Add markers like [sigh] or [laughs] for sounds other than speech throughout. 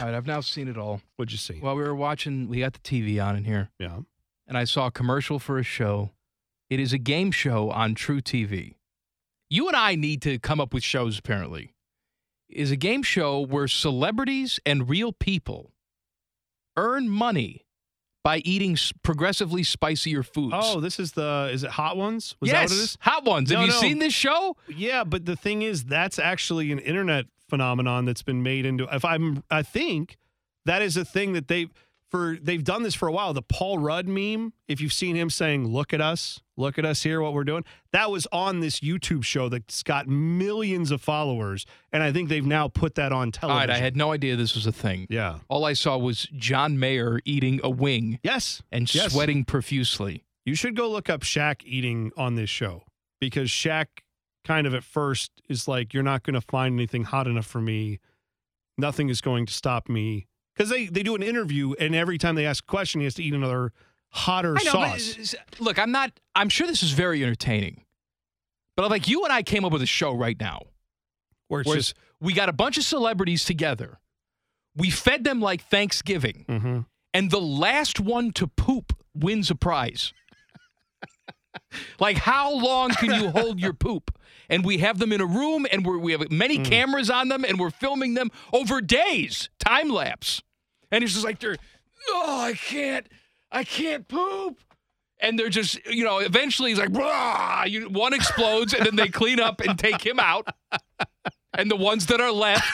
All right, I've now seen it all. What'd you see? While we were watching, we got the TV on in here, yeah. and I saw a commercial for a show. It is a game show on True TV. You and I need to come up with shows, apparently. It is a game show where celebrities and real people earn money by eating s- progressively spicier foods. Oh, this is the is it Hot Ones? Was yes, that what it is? hot ones. No, Have you no. seen this show? Yeah, but the thing is that's actually an internet phenomenon that's been made into if I'm I think that is a thing that they for they've done this for a while. The Paul Rudd meme, if you've seen him saying, Look at us, look at us here, what we're doing, that was on this YouTube show that's got millions of followers. And I think they've now put that on All television. right, I had no idea this was a thing. Yeah. All I saw was John Mayer eating a wing Yes. and yes. sweating profusely. You should go look up Shaq eating on this show because Shaq kind of at first is like, you're not going to find anything hot enough for me. Nothing is going to stop me. Because they, they do an interview, and every time they ask a question, he has to eat another hotter I know, but sauce. s- s- look, I'm not. I'm sure this is very entertaining, but like you and I came up with a show right now, Where it's where just, we got a bunch of celebrities together, we fed them like Thanksgiving, Mhm. and the last one to poop wins a prize. like, how long can [laughs] you hold your poop? And we have them in a room, and we're, we have many Mm. cameras on them, and we're filming them over days, time lapse. And it's just like they're, oh, I can't, I can't poop. And they're just, you know, eventually he's like, "Rah!" You- one explodes, and then they clean up and take him out. And the ones that are [laughs] left,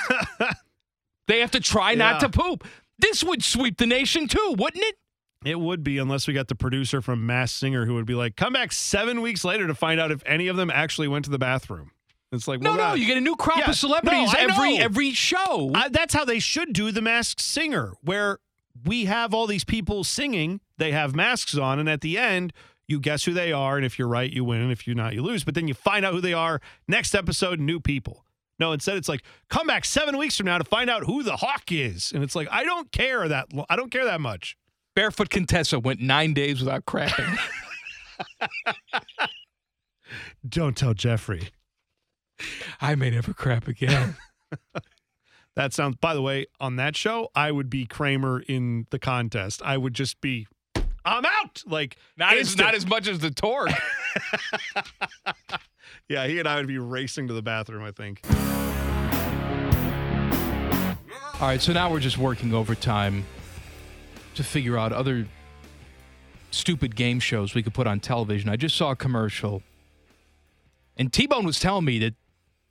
they have to try not to Yeah. poop. This would sweep the nation too, wouldn't it? It would be, unless we got the producer from Mass Singer who would be like, come back seven weeks later to find out if any of them actually went to the bathroom. It's like, No, well, no, God. you get a new crop Yeah. of celebrities No, I every know. every show. I, that's how they should do the masked singer where we have all these people singing they have masks on and at the end you guess who they are and if you're right you win and if you're not you lose but then you find out who they are next episode new people no instead it's like come back seven weeks from now to find out who the hawk is and it's like i don't care that lo- i don't care that much Barefoot Contessa went nine days without crapping. don't tell jeffrey [laughs] I may never crap again. that sounds by the way on that show i would be kramer in the contest i would just be i'm out like [laughs] Not as instant. not as much as the torque. Yeah, he and I would be racing to the bathroom, I think. All right, so now we're just working overtime to figure out other stupid game shows we could put on television. I just saw a commercial, and T Bone was telling me that,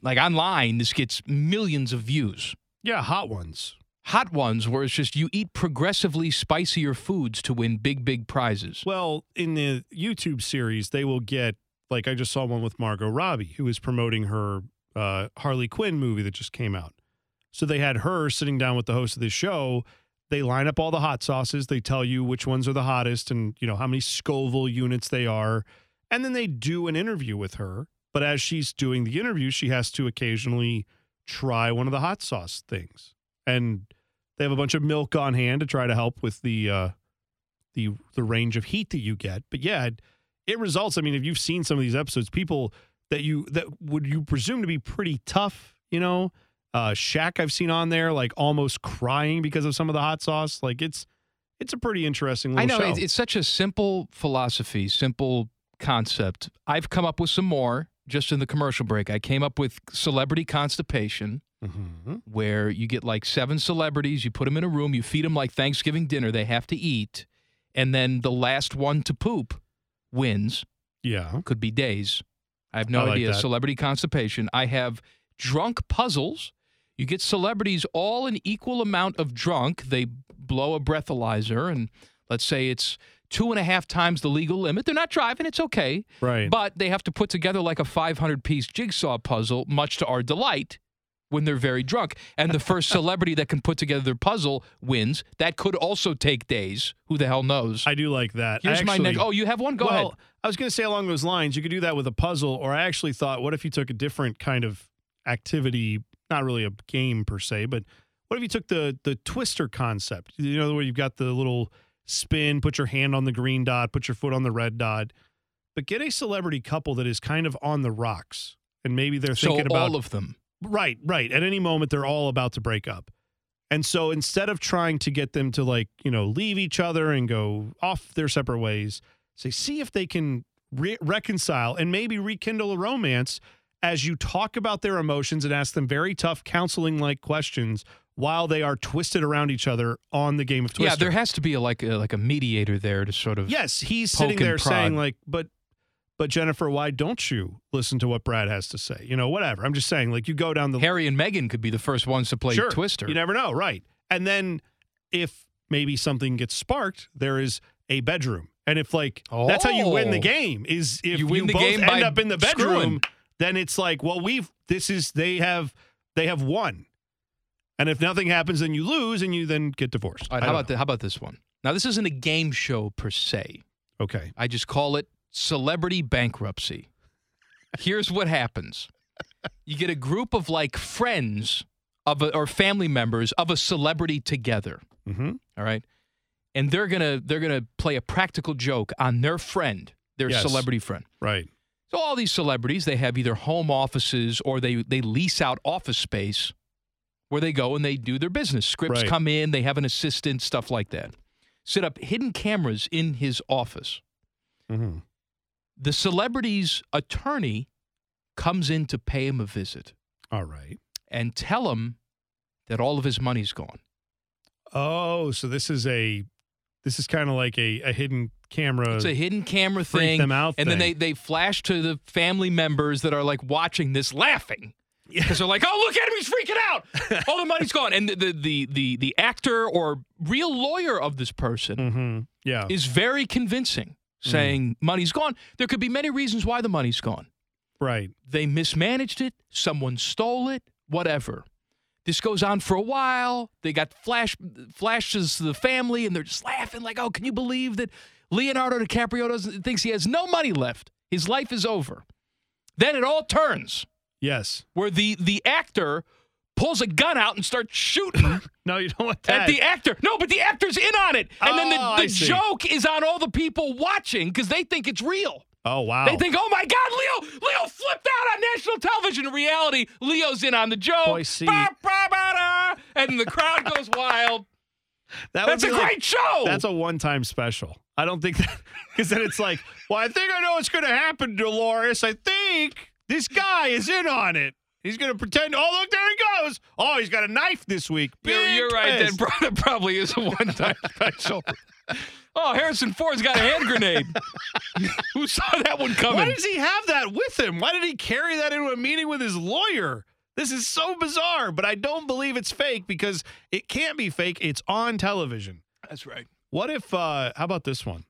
like online, this gets millions of views. Yeah, hot ones. Hot ones, where it's just you eat progressively spicier foods to win big, big prizes. Well, in the YouTube series, they will get like I just saw one with Margot Robbie, who is promoting her uh, Harley Quinn movie that just came out. So they had her sitting down with the host of the show. They line up all the hot sauces. They tell you which ones are the hottest and you know how many Scoville units they are, and then they do an interview with her. But as she's doing the interview, she has to occasionally try one of the hot sauce things, and they have a bunch of milk on hand to try to help with the uh, the the range of heat that you get. But yeah, it, it results. I mean, if you've seen some of these episodes, people that you that would you presume to be pretty tough, you know, uh, Shaq I've seen on there like almost crying because of some of the hot sauce. Like it's it's a pretty interesting I little know show. it's, it's such a simple philosophy, simple concept. I've come up with some more just in the commercial break. I came up with celebrity constipation. Mhm. where you get like seven celebrities, you put them in a room, you feed them like Thanksgiving dinner, they have to eat, and then the last one to poop wins. Yeah. Could be days. I have no I like idea. that. Celebrity constipation. I have drunk puzzles. You get celebrities all an equal amount of drunk. They blow a breathalyzer, and let's say it's two and a half times the legal limit. They're not driving, it's okay. Right. But they have to put together like a 500 piece jigsaw puzzle, much to our delight. when they're very drunk. And the [laughs] first celebrity that can put together their puzzle wins. That could also take days. Who the hell knows? I do like that. I Here's my actually, next. Oh, you have one? Go well, ahead. I was going to say along those lines, you could do that with a puzzle, or I actually thought, what if you took a different kind of activity, not really a game per se, but what if you took the the twister concept? You know, where you've got the little spin, put your hand on the green dot, put your foot on the red dot, but get a celebrity couple that is kind of on the rocks, and maybe they're So thinking about all of them. Right, right. At any moment, they're all about to break up. And so instead of trying to get them to, like, you know, leave each other and go off their separate ways, say, see if they can re- reconcile and maybe rekindle a romance as you talk about their emotions and ask them very tough counseling like questions while they are twisted around each other on the game of Twister. Yeah, there has to be a, like a, like a mediator there to sort of. Yes, he's poke sitting and there saying prod. like, but but Jennifer, why don't you listen to what Brad has to say? You know, whatever. I'm just saying, like, you go down the Harry and Meghan could be the first ones to play Twister. You never know, right? And then if maybe something gets sparked, there is a bedroom, and if like that's how you win the Oh. game is if You you, win the both game by end up in the bedroom, screwing. then it's like, well, we've this is they have they have won, and if nothing happens, then you lose, and you then get divorced. All right, how about the, how about this one? Now this isn't a game show per se. that? Okay, I just call it celebrity bankruptcy. Here's what happens. You get a group of like friends of a, or family members of a celebrity together, mm-hmm. all right? And they're going to they're going to play a practical joke on their friend, their Yes. celebrity friend. right, So all these celebrities, they have either home offices or they they lease out office space where they go and they do their business. Scripts Right. come in, they have an assistant, stuff like that. Set up hidden cameras in his office. mm-hmm. The celebrity's attorney comes in to pay him a visit all right. and tell him that all of his money's gone. Oh, so this is a this is kind of like a, a hidden camera. It's a hidden camera freak thing. them out and then they, thing. they flash to the family members that are like watching this laughing. Because they're like, oh, look at him, he's freaking [laughs] out. All the money's gone. And the, the, the, the, the actor or real lawyer of this person mm-hmm. Yeah. is very convincing, Mm. saying, money's gone. There could be many reasons why the money's gone. Right. They mismanaged it, someone stole it, whatever. This goes on for a while. They got flash flashes to the family, and they're just laughing like, "Oh, can you believe that Leonardo DiCaprio doesn't, thinks he has no money left? His life is over." Then it all turns Yes. where the the actor pulls a gun out and starts [laughs] shooting No, you don't want that. at the actor. No, but the actor's in on it, and then Oh, the, I the see. joke is on all the people watching because they think it's real. oh wow. They think, oh my God, Leo, Leo flipped out on national television. In reality, Leo's in on the joke. Boy, see- Ba, ba, ba, da. and the crowd [laughs] goes wild. that would That's a be great like- show. That's a one-time special. I don't think that [laughs] because then it's like, well, I think I know what's going to happen, Dolores. I think this guy is in on it. He's going to pretend. Oh, look, there he goes. Oh, he's got a knife this week. you're, Big you're right. That [laughs] twist. pro- that probably is a one-time [laughs] special. Oh, Harrison Ford's got a hand [laughs] grenade. Who saw that one Why coming? does he have that with him? Why did he carry that into a meeting with his lawyer? This is so bizarre, but I don't believe it's fake because it can't be fake. It's on television. That's right. What if? uh How about this one?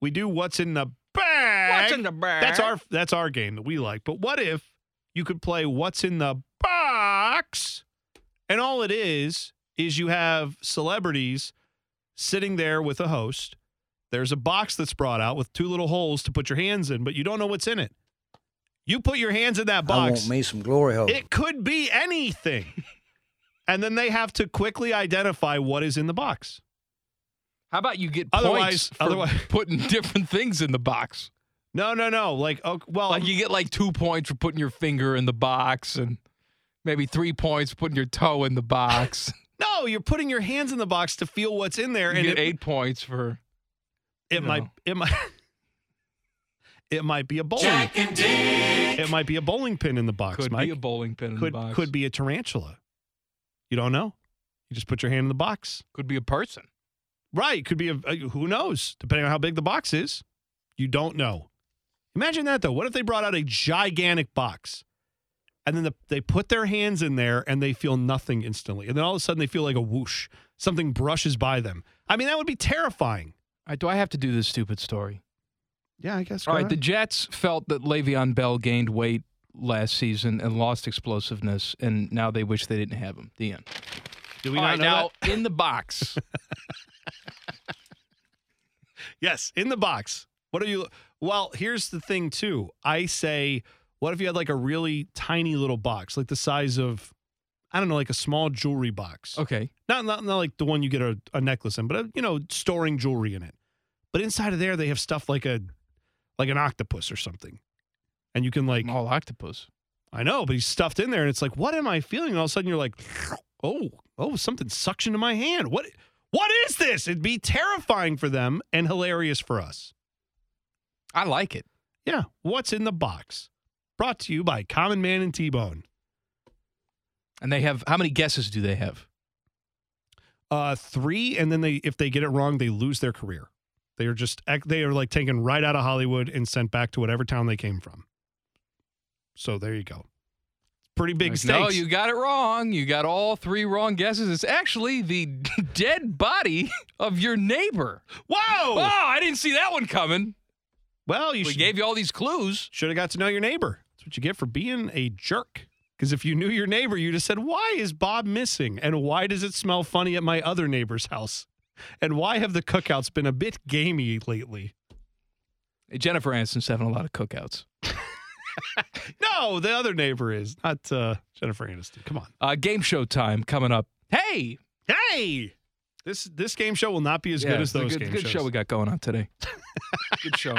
We do what's in the bag. What's in the bag? That's our that's our game that we like. But what if you could play what's in the box? And all it is is you have celebrities sitting there with a host. There's a box that's brought out with two little holes to put your hands in, but you don't know what's in it. You put your hands in that I box. want me some glory hole. It could be [laughs] anything. and then they have to quickly identify what is in the box. How about you get Otherwise- points for otherwise- [laughs] putting different things in the box? No, no, no. Like, oh, well, Like you get like two points for putting your finger in the box, and maybe three points for putting your toe in the box. no, you're putting your hands in the box to feel what's in there. you and get it, eight points for. It No. might. It might. [laughs] It might be a bowling. It might be a bowling pin in the box, Could Mike. be a bowling pin in could the box. could be a tarantula. You don't know. You just put your hand in the box. Could be a person. Right. Could be a, a- who knows? Depending on how big the box is, you don't know. Imagine that though. What if they brought out a gigantic box, and then the, they put their hands in there and they feel nothing instantly, and then all of a sudden they feel like a whoosh. Something brushes by them. I mean, that would be terrifying. All right, do I have to do this stupid story? Yeah, I guess. All right, the Jets felt that Le'Veon Bell gained weight last season and lost explosiveness, and now they wish they didn't have him. The end. Do we All not right, know now that? in the box. Yes, in the box. What are you? Well, here's the thing too. I say, what if you had like a really tiny little box, like the size of, I don't know, like a small jewelry [laughs] box. Okay. Not not not like the one you get a, a necklace in, but uh, you know, storing jewelry in it. But inside of there, they have stuff like a, like an octopus or something, and you can like, All octopus. I know, but he's stuffed in there, and it's like, what am I feeling? And all of a sudden, you're like, oh, oh, something suction to my hand. What? What is this? It'd be terrifying for them and hilarious for us. I like it. Yeah, what's in the box? Brought to you by Common Man and T Bone. And they have how many guesses do they have? Uh, three, and then they if they get it wrong, they lose their career. They are just ec- they are like taken right out of Hollywood and sent back to whatever town they came from. So there you go. Pretty big Like, stakes. No, you got it wrong. You got all three wrong guesses. It's actually the [laughs] dead body of your neighbor. Whoa! Oh, I didn't see that one coming. Well, you We should, gave you all these clues. should have got to know your neighbor. That's what you get for being a jerk. Because if you knew your neighbor, you'd have said, "Why is Bob missing? And why does it smell funny at my other neighbor's house? And why have the cookouts been a bit gamey lately?" Jennifer Aniston's having a lot of cookouts. No, the other neighbor is not uh, Jennifer Aniston. Come on. Uh, game show time coming up. Hey, Hey, this this game show will not be as Yeah, good as it's a those good, game good shows. show we got going on today. [laughs] good show.